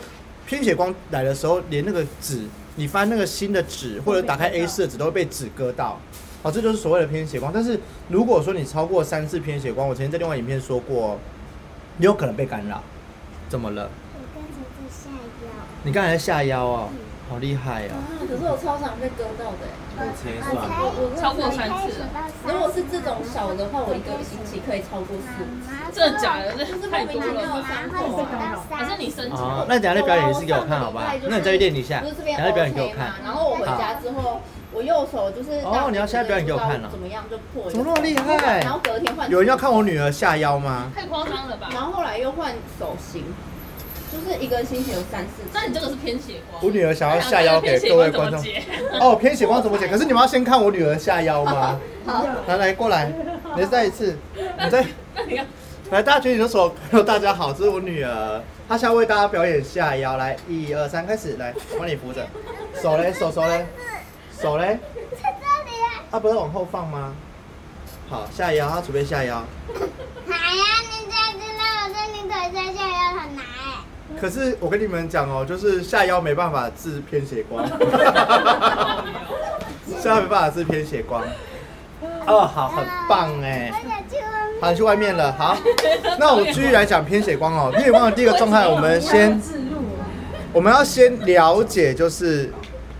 Speaker 1: 偏血光来的时候，连那个纸，你翻那个新的纸或者打开 A 4的纸都会被纸割到。好，这就是所谓的偏血光。但是如果说你超过三次偏血光，我曾经在另外影片说过，你有可能被干扰。怎么了？
Speaker 6: 我刚才在下腰，
Speaker 1: 你刚才在下腰哦，好厉害哦。
Speaker 3: 啊，可是我超常被割到的欸、
Speaker 7: 目前
Speaker 6: 我
Speaker 7: 算
Speaker 6: 才
Speaker 7: 过，
Speaker 6: 我
Speaker 2: 超过三次了
Speaker 3: 如果是这种小的话，我一个星期可以超过四次。
Speaker 2: 真的假的？这
Speaker 3: 就是
Speaker 2: 太
Speaker 3: 莫名
Speaker 2: 多
Speaker 3: 其妙
Speaker 2: 了
Speaker 3: 的
Speaker 2: 吧。
Speaker 3: 伤
Speaker 6: 然后
Speaker 3: 口
Speaker 6: 数
Speaker 3: 啊。
Speaker 6: 到
Speaker 2: 还
Speaker 6: 三
Speaker 2: 是你申请？
Speaker 1: 哦，那等一下再表演一次给我看好不好？那你再练一下
Speaker 3: 不是这，
Speaker 1: 等一
Speaker 3: 边
Speaker 1: 下表演给我
Speaker 3: OK
Speaker 1: 看
Speaker 3: 嘛，。然后我回家之后，我右手就是
Speaker 1: 哦你要现在表演给我看啊
Speaker 3: 怎么样就破了，
Speaker 1: 怎么那么厉害
Speaker 3: 然后隔天换，
Speaker 1: 有人要看我女儿下腰吗？
Speaker 2: 太夸张了吧？
Speaker 3: 然后后来又换手型，就是一个星期有三四次。
Speaker 1: 啊
Speaker 2: 那你这个是偏血光。
Speaker 1: 我女儿想要下腰
Speaker 2: <laughs>
Speaker 1: 给各位观众
Speaker 2: 那。两个人偏血光怎么解 <laughs>
Speaker 1: 哦，偏血光怎么解？可是你们要先看我女儿下腰吗？
Speaker 3: 好，
Speaker 1: 来来，过来，你再一次，你再
Speaker 2: 那你要
Speaker 1: 来，大家举起你的手。大家好，这是我女儿，她现在为大家表演下腰。来，一二三，开始，来，我帮你扶着，手嘞，手手嘞，手嘞，
Speaker 6: 在这里啊！
Speaker 1: 啊，不是往后放吗？好，下腰，她准备下腰。
Speaker 6: 哎呀，你这样子让我在你腿上下腰很难哎。
Speaker 1: 可是我跟你们讲哦，就是下腰没办法治偏血 <laughs> 光，下腰没办法治偏血光。哦，好，很棒哎
Speaker 6: 我！想
Speaker 1: 好，你去
Speaker 6: 去外面。
Speaker 1: 外面了。好，那我继续来讲偏血光哦。偏血光的第一个状态，我们先
Speaker 4: 自入哦。
Speaker 1: 我们要先了解，就是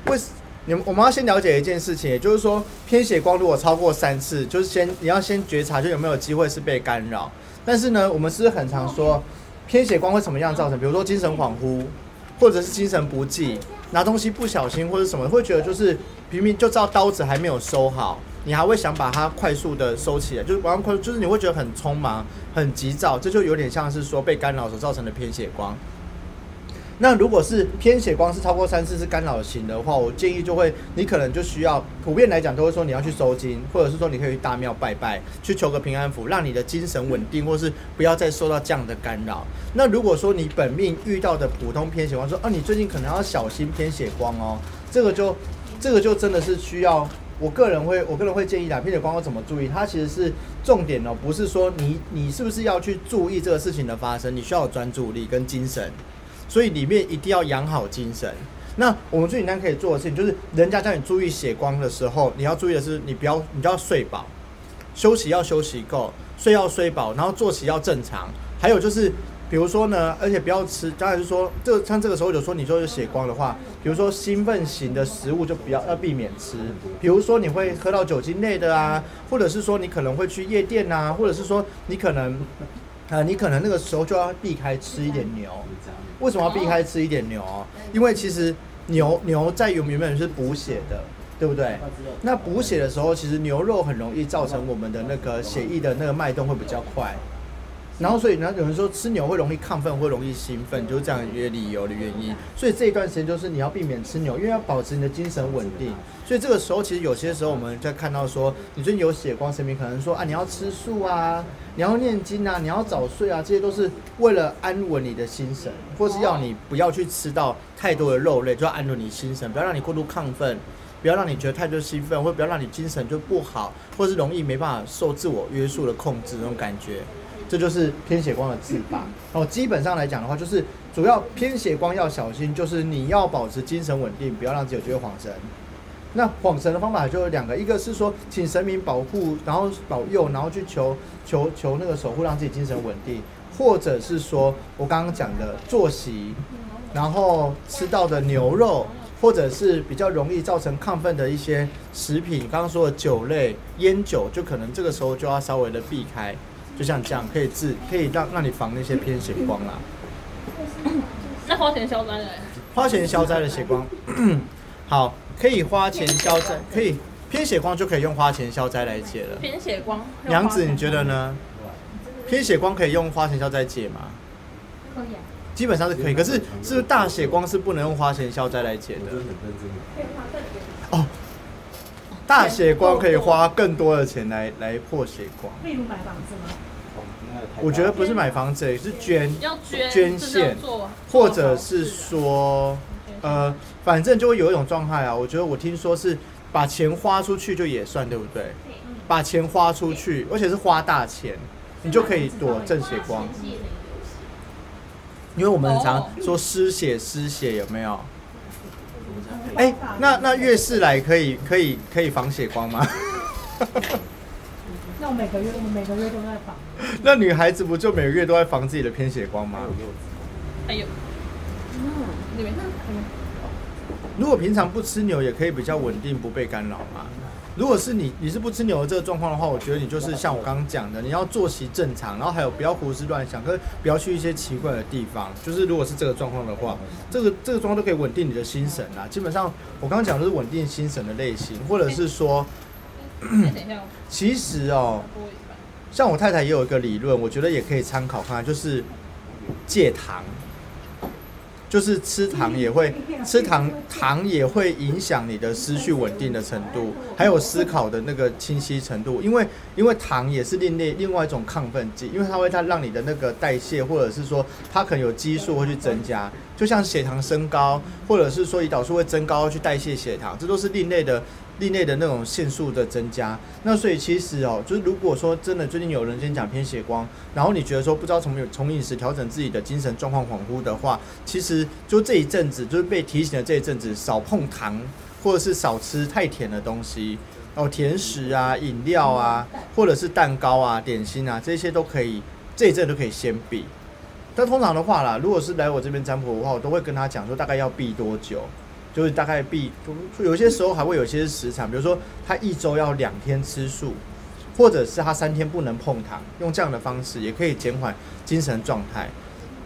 Speaker 1: 为你们我们要先了解一件事情，也就是说，偏血光如果超过三次，就是先你要先觉察，就有没有机会是被干扰。但是呢，我们是不是很常说，偏血光会什么样造成？比如说精神恍惚，或者是精神不济，拿东西不小心或者什么，会觉得就是明明就知道刀子还没有收好，你还会想把它快速的收起来，就是马上快，就是你会觉得很匆忙、很急躁，这就有点像是说被干扰所造成的偏血光。那如果是偏血光是超过三次是干扰型的话，我建议就会，你可能就需要，普遍来讲都会说你要去收金，或者是说你可以去大庙拜拜，去求个平安符，让你的精神稳定，或是不要再受到这样的干扰。那如果说你本命遇到的普通偏血光，说哦、你最近可能要小心偏血光哦，这个就这个就真的是需要。我个人会，我个人会建议啦，偏血光要怎么注意？它其实是重点哦，不是说你你是不是要去注意这个事情的发生，你需要有专注力跟精神。所以里面一定要养好精神。那我们最简单可以做的事情就是，人家叫你注意血光的时候，你要注意的是，你不要，你就要睡饱，休息要休息够，睡要睡饱，然后作息要正常。还有就是，比如说呢，而且不要吃，当然是说，这个像这个时候有时候你说是血光的话，比如说兴奋型的食物就不要要避免吃，比如说你会喝到酒精类的啊，或者是说你可能会去夜店啊，或者是说你可能，呃，你可能那个时候就要避开吃一点牛。为什么要避开吃一点牛？因为其实牛牛在原原本是补血的，对不对？
Speaker 7: 那之后
Speaker 1: 那补血的时候，其实牛肉很容易造成我们的那个血液的那个脉动会比较快。然后，所以呢，有人说吃牛会容易亢奋，会容易兴奋，就是这样一个理由的原因。所以这一段时间就是你要避免吃牛，因为要保持你的精神稳定。所以这个时候，其实有些时候我们在看到说，你最近有血光神明，可能说啊，你要吃素啊，你要念经啊，你要早睡啊，这些都是为了安稳你的心神，或是要你不要去吃到太多的肉类，就要安顿你心神，不要让你过度亢奋。不要让你觉得太多兴奋，或不要让你精神就不好，或是容易没办法受自我约束的控制那种感觉。这就是偏血光的治法。哦，基本上来讲的话，就是主要偏血光要小心，就是你要保持精神稳定，不要让自己有机会晃神。那晃神的方法就有两个，一个是说请神明保护，然后保佑，然后去求求求那个守护，让自己精神稳定，或者是说我刚刚讲的作息，然后吃到的牛肉，或者是比较容易造成亢奋的一些食品，刚刚说的酒类、烟酒，就可能这个时候就要稍微的避开，就像这样可以治，可以让让你防那些偏血光啦。
Speaker 2: 那花钱消灾的嘞，
Speaker 1: 花钱消灾的血光， <coughs> 好，可以花钱消灾，可以偏血光就可以用花钱消灾来解了。
Speaker 2: 偏血光。
Speaker 1: 娘子，你觉得呢？偏血光可以用花钱消灾解吗？
Speaker 5: 可以啊，
Speaker 1: 基本上是可以，可是是不是大血光是不能用花钱消灾来解
Speaker 7: 我
Speaker 1: 的
Speaker 7: 真？的很认真。
Speaker 1: 哦，大血光可以花更多的钱来来破血光。
Speaker 4: 例如买房子吗？
Speaker 7: 哦那太棒了
Speaker 1: 我觉得不是买房子，是捐，
Speaker 2: 要捐
Speaker 1: 捐
Speaker 2: 就是要
Speaker 1: 献
Speaker 2: 做
Speaker 1: 或者是说，呃，反正就会有一种状态啊。我觉得我听说是把钱花出去就也算，对不对？把钱花出去，而且是花大钱，你就可以躲正血光。因为我们常说失血失血有没有？哎、那那月事来可以可以可以防血光吗？ <laughs>
Speaker 4: 那我每个月我每个月都在房，
Speaker 1: 那女孩子不就每个月都在防自己的偏血光吗？
Speaker 2: 哎呦，你没看？
Speaker 1: 如果平常不吃牛，也可以比较稳定，不被干扰嘛。如果是你，你是不吃牛的这个状况的话，我觉得你就是像我刚刚讲的，你要作息正常，然后还有不要胡思乱想，跟不要去一些奇怪的地方。就是如果是这个状况的话，这个这个状况都可以稳定你的心神啦。基本上我刚刚讲的是稳定心神的类型，或者是说，
Speaker 2: 哎等一下，
Speaker 1: 其实哦，
Speaker 2: 我播一半。
Speaker 1: 像我太太也有一个理论，我觉得也可以参考看看，就是戒糖，就是吃糖也会吃糖，糖也会影响你的思绪稳定的程度，还有思考的那个清晰程度，因为因为糖也是另类另外一种亢奋剂，因为它会它让你的那个代谢，或者是说它可能有激素会去增加，就像血糖升高，或者是说胰岛素会增高去代谢血糖，这都是另类的另类的那种腺素的增加。那所以其实哦，就是如果说真的最近有人先讲偏血光，然后你觉得说不知道从从饮食调整自己的精神状况恍惚的话，其实就这一阵子就是被提醒的这一阵子，少碰糖或者是少吃太甜的东西。哦，甜食啊、饮料啊，或者是蛋糕啊、点心啊，这些都可以，这一阵都可以先避。但通常的话啦，如果是来我这边占卜的话，我都会跟他讲说大概要避多久，就是大概避，有些时候还会有一些时长，比如说他一周要两天吃素，或者是他三天不能碰糖，用这样的方式也可以减缓精神状态。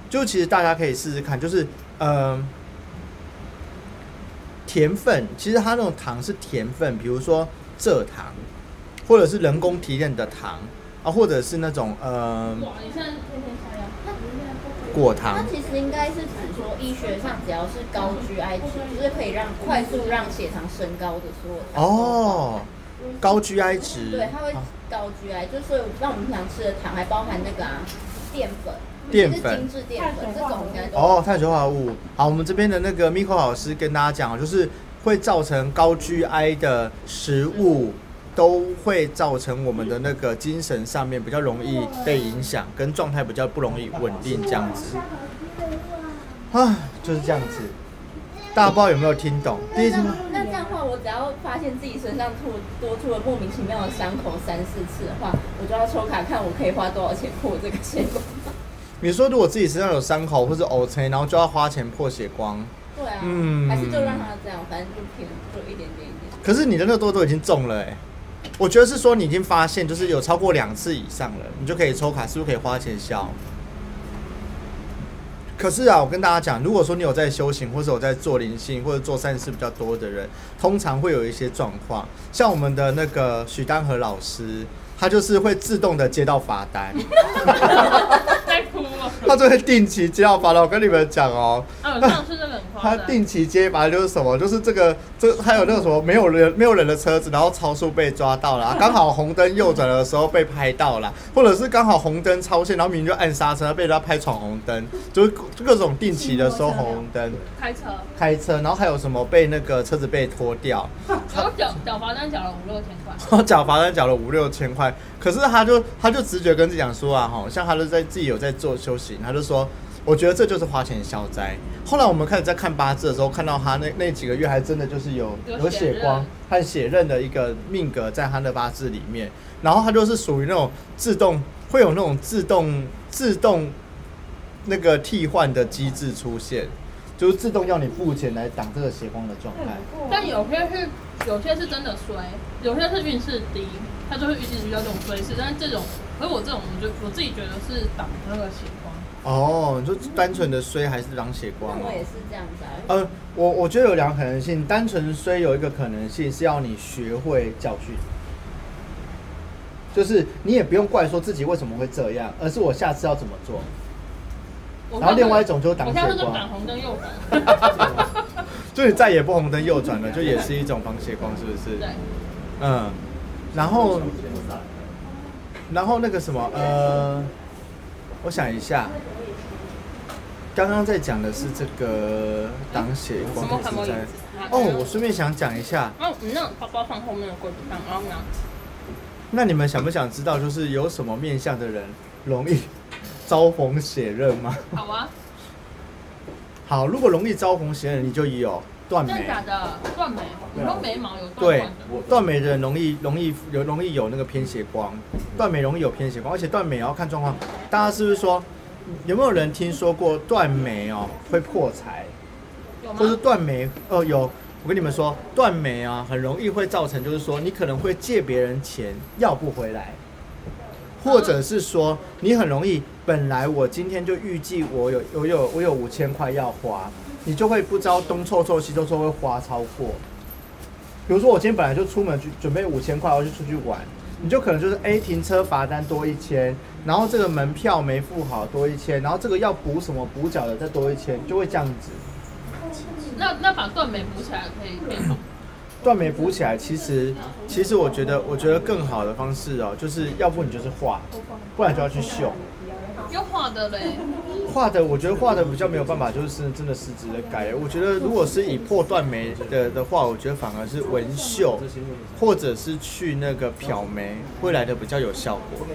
Speaker 1: 就其实大家可以试试看，就是呃，甜分，其实它那种糖是甜分，比如说蔗糖，或者是人工提炼的糖啊，或者是那种呃
Speaker 2: 哇，你现在天天加油。
Speaker 1: 果糖
Speaker 3: 它。其实应该是指说，医学上只要是高 GI 值，就是可以让快速让血糖升高的所有糖
Speaker 1: 哦，高 GI 值，
Speaker 3: 对，它会
Speaker 1: 好
Speaker 3: 高 GI，就所以让我们平常吃的糖还包含那个啊淀粉，
Speaker 1: 淀
Speaker 3: 就是
Speaker 1: 粉
Speaker 3: 精致淀粉这种应该都
Speaker 1: 哦，碳水化合物。好，我们这边的那个 Miko 老师跟大家讲哦，就是会造成高 GI 的食物，都会造成我们的那个精神上面比较容易被影响，跟状态比较不容易稳定这样子啊，就是这样子。大家不知道有没有听懂？第一次吗？
Speaker 3: 那这样的话，我只要发现自己身上吐多出了莫名其妙的伤口三四次的话，我就要抽卡看我可以花多少钱破这个血管。
Speaker 1: 你说如果自己身上有伤口或者 O C，然后就要花钱破血光，
Speaker 3: 对啊，
Speaker 1: 嗯
Speaker 3: 还是就让它这样，反正就偏就一点点一点。
Speaker 1: 可是你的那个痘痘已经中了哎、我觉得是说你已经发现，就是有超过两次以上了，你就可以抽卡，是不是可以花钱消？可是啊，我跟大家讲，如果说你有在修行，或者有在做灵性，或者做善事比较多的人，通常会有一些状况。像我们的那个许丹和老师，他就是会自动的接到罚单，
Speaker 2: 在哭
Speaker 1: <laughs>
Speaker 2: 哦。
Speaker 1: 他就会定期接到罚单。我跟你们讲哦，
Speaker 2: 啊，我上次真的很夸
Speaker 1: 他
Speaker 2: 张。
Speaker 1: 定期接罚就是什么？就是这个这还有那个什么没有人没有人的车子，然后超速被抓到 <laughs> 了，啊刚好红灯右转的时候被拍到了，啊或者是刚好红灯超线，然后明明就按刹车，被人家拍闯红灯，就是各种定期的收红灯。
Speaker 2: 开车，
Speaker 1: 开车，然后还有什么被那个车子被拖掉，
Speaker 2: 然后缴缴罚单缴了五六千块，
Speaker 1: 然后 <laughs> 缴罚单缴了五六千块，可是他就他就直觉跟自己讲说啊，哈，像他就在自己有在做修行，他就说，我觉得这就是花钱消灾。后来我们开始在看八字的时候，看到他那那几个月还真的就是有
Speaker 2: 有
Speaker 1: 有
Speaker 2: 血
Speaker 1: 血光
Speaker 2: 刃
Speaker 1: 和血刃的一个命格在他的八字里面，然后他就是属于那种自动会有那种自动自动那个替换的机制出现，就是自动要你付钱来挡这个血光的状态。
Speaker 2: 但有些是有些是真的衰，有些是运势低，他就会一直遇到这种衰势。但是这种，而我这种，我就我自己觉得是挡那个血光。
Speaker 1: 哦，你就单纯的衰还是当血光、
Speaker 3: 那
Speaker 1: 哦？
Speaker 3: 我也是这样子啊。
Speaker 1: 呃，我我觉得有两个可能性，单纯虽有一个可能性是要你学会教训，就是你也不用怪说自己为什么会这样，而是我下次要怎么做。
Speaker 2: 我
Speaker 1: 然后另外一种就是挡
Speaker 2: 我
Speaker 1: 血
Speaker 2: 现在就是挡
Speaker 1: 光，
Speaker 2: 红
Speaker 1: <laughs>
Speaker 2: 灯右转，
Speaker 1: 就你再也不红灯右转了，就也是一种防血光，是不是
Speaker 2: 对？，
Speaker 1: 嗯，然后然后那个什么，呃，我想一下，刚刚在讲的是这个挡血光
Speaker 2: 什么什么嗯
Speaker 1: 是
Speaker 2: 椅
Speaker 1: 在
Speaker 2: 子。
Speaker 1: 哦，我顺便想讲一下，
Speaker 2: 然后你那种包包放后面的柜子啊上，然后拿
Speaker 1: 那你们想不想知道，就是有什么面相的人容易招逢血刃
Speaker 2: <laughs>
Speaker 1: 吗？
Speaker 2: 好啊，
Speaker 1: 好，如果容易招逢血刃，你就有断
Speaker 2: 真的
Speaker 1: 眉。
Speaker 2: 假的？断眉，你说眉毛有断
Speaker 1: 对
Speaker 2: 光的，，
Speaker 1: 断眉的人容易容易有容易有那个偏斜光，断眉容易有偏斜光，而且断眉也要看状况。大家是不是说有没有人听说过断眉哦会破财，
Speaker 2: 有
Speaker 1: 或是
Speaker 2: 吗？
Speaker 1: 断眉哦有？我跟你们说，断眉啊很容易会造成，就是说你可能会借别人钱要不回来。或者是说你很容易，本来我今天就预计我有我有我有五千块要花，你就会不知道东凑凑西凑凑会花超过。比如说我今天本来就出门去准备五千块，我要去出去玩，你就可能就是哎停车罚单多一千，然后这个门票没付好多一千，然后这个要补什么补缴的再多一千，就会这样子。
Speaker 2: 那那把断眉补起来可以变好。
Speaker 1: 断眉补起来，其实其实我觉得我觉得更好的方式哦，就是要不你就是画，不然就要去绣。
Speaker 2: 又画的 <laughs> 嘞，
Speaker 1: 画的，我觉得画的比较没有办法，就是真的实质的改。我觉得如果是以破断眉的的话，我觉得反而是纹绣，或者是去那个漂眉，会来的比较有效果。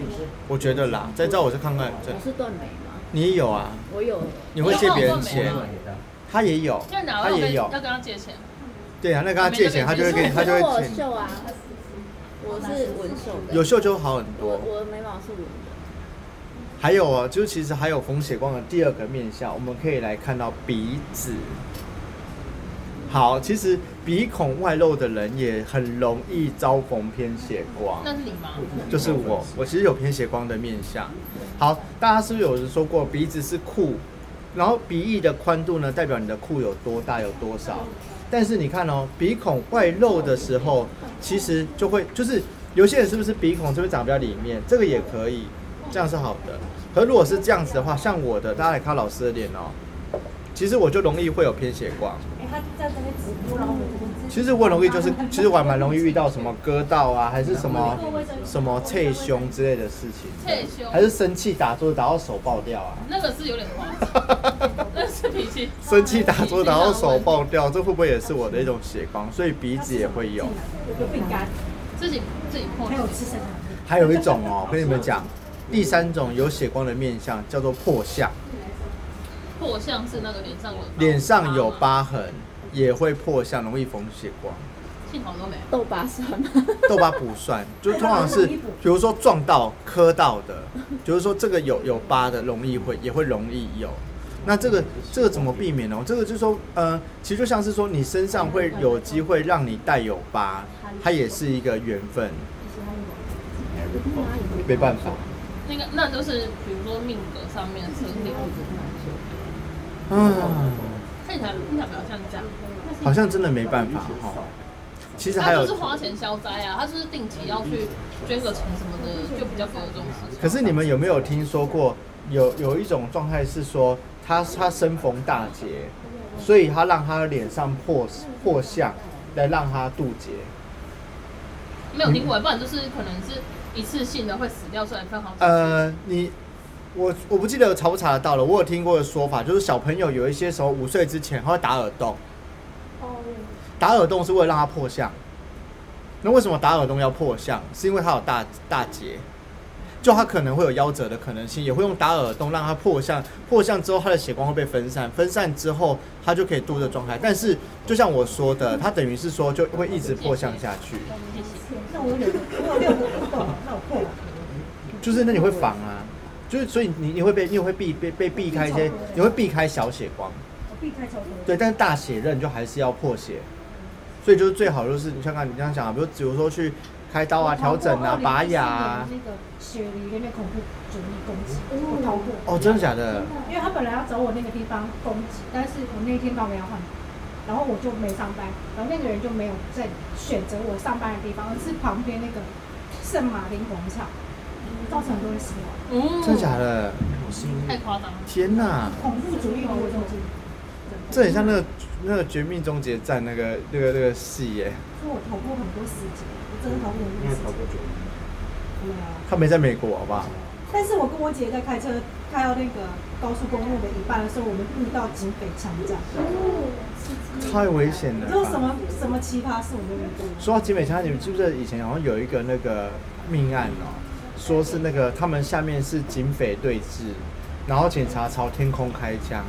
Speaker 1: 我觉得啦，再照我再看看，这
Speaker 3: 我是断眉吗？
Speaker 1: 你也有啊？
Speaker 3: 我有，
Speaker 1: 你会借别人钱
Speaker 2: 你有断？
Speaker 1: 他也有，
Speaker 2: 现在哪
Speaker 1: 他
Speaker 2: 位要
Speaker 1: 也
Speaker 2: 跟
Speaker 1: 有
Speaker 2: 要，跟他借钱？
Speaker 1: 对啊，那跟他借钱，他就会给你，他就会
Speaker 3: 我
Speaker 1: 欠你。
Speaker 3: 秀啊，我是纹绣的，
Speaker 1: 有绣就好很
Speaker 3: 我
Speaker 1: 多。
Speaker 3: 我的眉毛是纹的，
Speaker 1: 还有啊，就是其实还有红血光的第二个面相，我们可以来看到鼻子。好，其实鼻孔外露的人也很容易遭逢偏血光，
Speaker 2: 那是你吗？
Speaker 1: 就是我，我其实有偏血光的面相。好，大家是不是有人说过鼻子是库，然后鼻翼的宽度呢，代表你的库有多大有多少？但是你看哦，鼻孔外露的时候，其实就会就是有些人是不是鼻孔就会长比较里面，这个也可以，这样是好的。可如果是这样子的话，像我的，大家来看老师的脸哦，其实我就容易会有偏血光。
Speaker 4: 哎，他在那边直播，然后我我
Speaker 1: 其实我很容易
Speaker 4: <laughs>
Speaker 1: 就是，其实我还蛮容易遇到什么割到啊，还是什么什么脆胸之类的事情，
Speaker 2: 退休
Speaker 1: 还是生气打桌打到手爆掉啊。
Speaker 2: 那个是有点夸张，
Speaker 1: <laughs>
Speaker 2: 那是脾气。
Speaker 1: 生气打桌打到手爆掉，这会不会也是我的一种血光？所以鼻子也会有。
Speaker 4: 有个饼干，
Speaker 2: 自己自己破
Speaker 4: 还
Speaker 2: 的
Speaker 4: 有吃生糖，
Speaker 1: 还有一种哦，跟你们讲，第三种有血光的面相叫做破相，
Speaker 2: 破相是那个脸上有
Speaker 1: 脸上有
Speaker 2: 疤
Speaker 1: 疤
Speaker 2: 吗，
Speaker 1: 痕也会破相，容易逢血光。
Speaker 2: 幸好都没有。
Speaker 3: <laughs> 痘疤算吗？
Speaker 1: 痘疤不算，就通常是比如说撞到、磕到的，就是说这个有有疤的，容易会也会容易有。那这个这个怎么避免呢？这个就是说，呃，其实就像是说你身上会有机会让你带有疤，它也是一个缘分，没办法。
Speaker 2: 那个那就是比如说命格上面的设定，
Speaker 1: 嗯，
Speaker 2: 看起来看起来比较像这样。
Speaker 1: 好像真的没办法哈。其实还
Speaker 2: 他
Speaker 1: 有
Speaker 2: 就是，花钱消灾啊，他就是定期要去捐个钱什么的，就比较不会有这种事情。
Speaker 1: 可是你们有没有听说过，有有一种状态是说，他他生逢大劫，所以他让他脸上破破相，来让他渡劫。
Speaker 2: 没有听过，不然就是可能是一次性的会死掉，虽然分好几次。
Speaker 1: 呃，你我我不记得查不查得到了，我有听过的说法，就是小朋友有一些时候五岁之前他会打耳洞，
Speaker 5: 哦，
Speaker 1: 打耳洞是为了让他破相。那为什么打耳洞要破相？是因为他有大大劫，就他可能会有夭折的可能性，也会用打耳洞让他破相。破相之后，他的血光会被分散，分散之后他就可以度的状态。但是就像我说的，他等于是说就会一直破相下去，
Speaker 2: 谢谢。
Speaker 4: 那我有个，我有六个不够，那我破了。
Speaker 1: 就是那你会防啊，就是所以你你会被你会避被被避开一些，你会避开小血光。
Speaker 4: 我避开超多。
Speaker 1: 对，但是大血刃就还是要破血，所以就是最好就是你像刚才你这样讲啊，比如比如说去开刀啊、调整啊、拔牙啊。
Speaker 4: 那个雪梨的那恐怖主义攻击，我逃过。
Speaker 1: 哦，真的假的？
Speaker 4: 因为他本来要找我那个地方攻击，但是我那天刚好要换，然后我就没上班，然后那个人就没有在选择我上班的地方，而是旁边那个圣马丁广场，造成很多人死亡。
Speaker 2: 嗯
Speaker 1: 真的假的？
Speaker 2: 太夸张了。
Speaker 1: 天哪，
Speaker 4: 恐怖主义恐怖攻击，
Speaker 1: 这很像那个那个《绝命终结战》那个那个那个戏耶，
Speaker 4: 所以我逃过很多死劫，我真的逃过很多死劫。对啊，
Speaker 1: 他没在美国，好不好？
Speaker 4: 但是我跟我姐在开车开到那个高速公路的一半的时候，我们遇到警匪枪战，
Speaker 1: 太危险
Speaker 4: 你
Speaker 1: 了
Speaker 4: 知道什
Speaker 1: 吧。
Speaker 4: 么什么奇葩事我都遇过。
Speaker 1: 说到集美枪，你们记不记得以前好像有一个那个命案哦，说是那个他们下面是警匪对峙，然后警察朝天空开枪，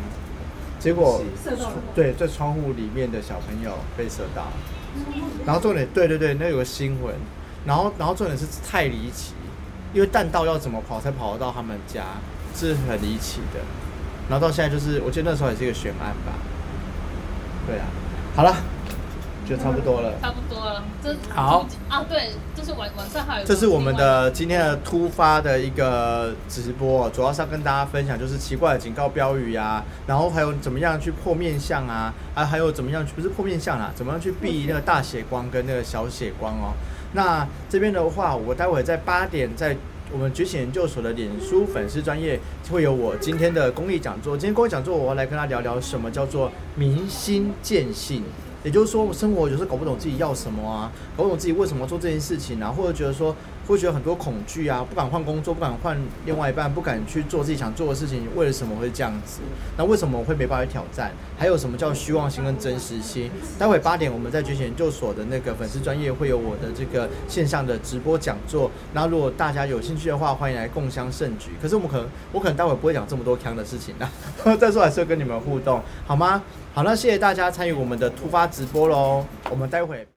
Speaker 1: 结果
Speaker 4: 射到了
Speaker 1: 对，在窗户里面的小朋友被射到，然后重点，对对对，那有个新闻，然后然后重点是太离奇，因为弹道要怎么跑才跑得到他们家，是很离奇的。然后到现在就是，我记得那时候也是一个悬案吧。对啊，好了，就差不多了。
Speaker 2: 差不多了，这
Speaker 1: 好
Speaker 2: 啊，对，就是晚晚上还有一个
Speaker 1: 这是我们的今天的突发的一个直播，主要是要跟大家分享就是奇怪的警告标语啊，然后还有怎么样去破面相啊，啊还有怎么样去不是破面相啦、怎么样去避那个大血光跟那个小血光哦。那这边的话，我待会在八点在我们觉醒研究所的脸书粉丝专业会有我今天的公益讲座。今天公益讲座，我要来跟大家聊聊什么叫做明心见性。也就是说，我生活有时候搞不懂自己要什么啊，搞不懂自己为什么做这件事情啊，或者觉得说会觉得很多恐惧啊，不敢换工作，不敢换另外一半，不敢去做自己想做的事情，为了什么会这样子？那为什么我会没办法去挑战？还有什么叫虚妄心跟真实心？待会八点我们在觉醒研究所的那个粉丝专业会有我的这个线上的直播讲座，那如果大家有兴趣的话，欢迎来共襄盛举。可是我们可能我可能待会不会讲这么多腔的事情啦， <laughs> 但是我还是会跟你们互动，好吗？好，那谢谢大家参与我们的突发直播喽，我们待会。